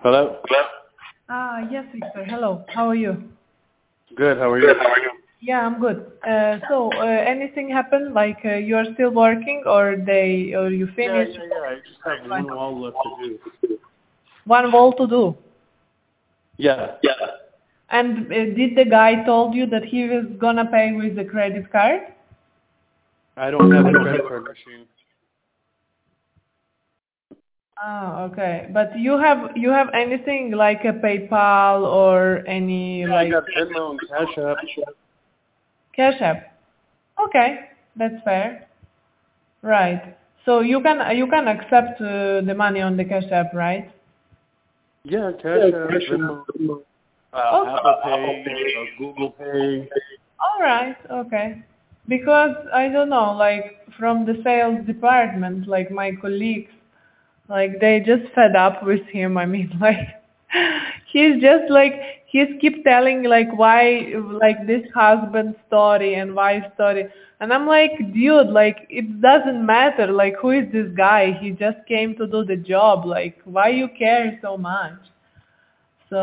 Hello? Ah, yes, Victor. Hello. How are you? Good, how are you? Yeah, I'm good. Uh, so, uh, anything happened? Like uh, you are still working, or they, or you Yeah, yeah, finished? yeah, I just have one wall left to do. One wall to do. Yeah. Yeah. And uh, did the guy told you that he was gonna pay with the credit card? I don't have a credit card machine. Ah, okay. But you have you have anything like a PayPal or any I like got Venmo and Cash App. Cash App? Okay, that's fair. Right. So you can you can accept uh, the money on the Cash App, right? Yeah, Cash App, Venmo, uh, Apple Pay, uh, Google Pay. All right, okay. Because I don't know, like from the sales department, like my colleagues, like they just fed up with him. I mean, like he's just like he's keep telling like why like this husband story and wife story, and I'm like, dude, like it doesn't matter. Like who is this guy? He just came to do the job. Like why you care so much? So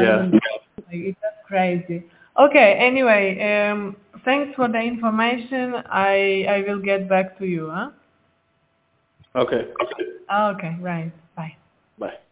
I Yeah. don't know. Like, it's just crazy. Okay. Anyway, um, thanks for the information. I I will get back to you. Huh? Okay. Ah, Okay. Right. Bye. Bye.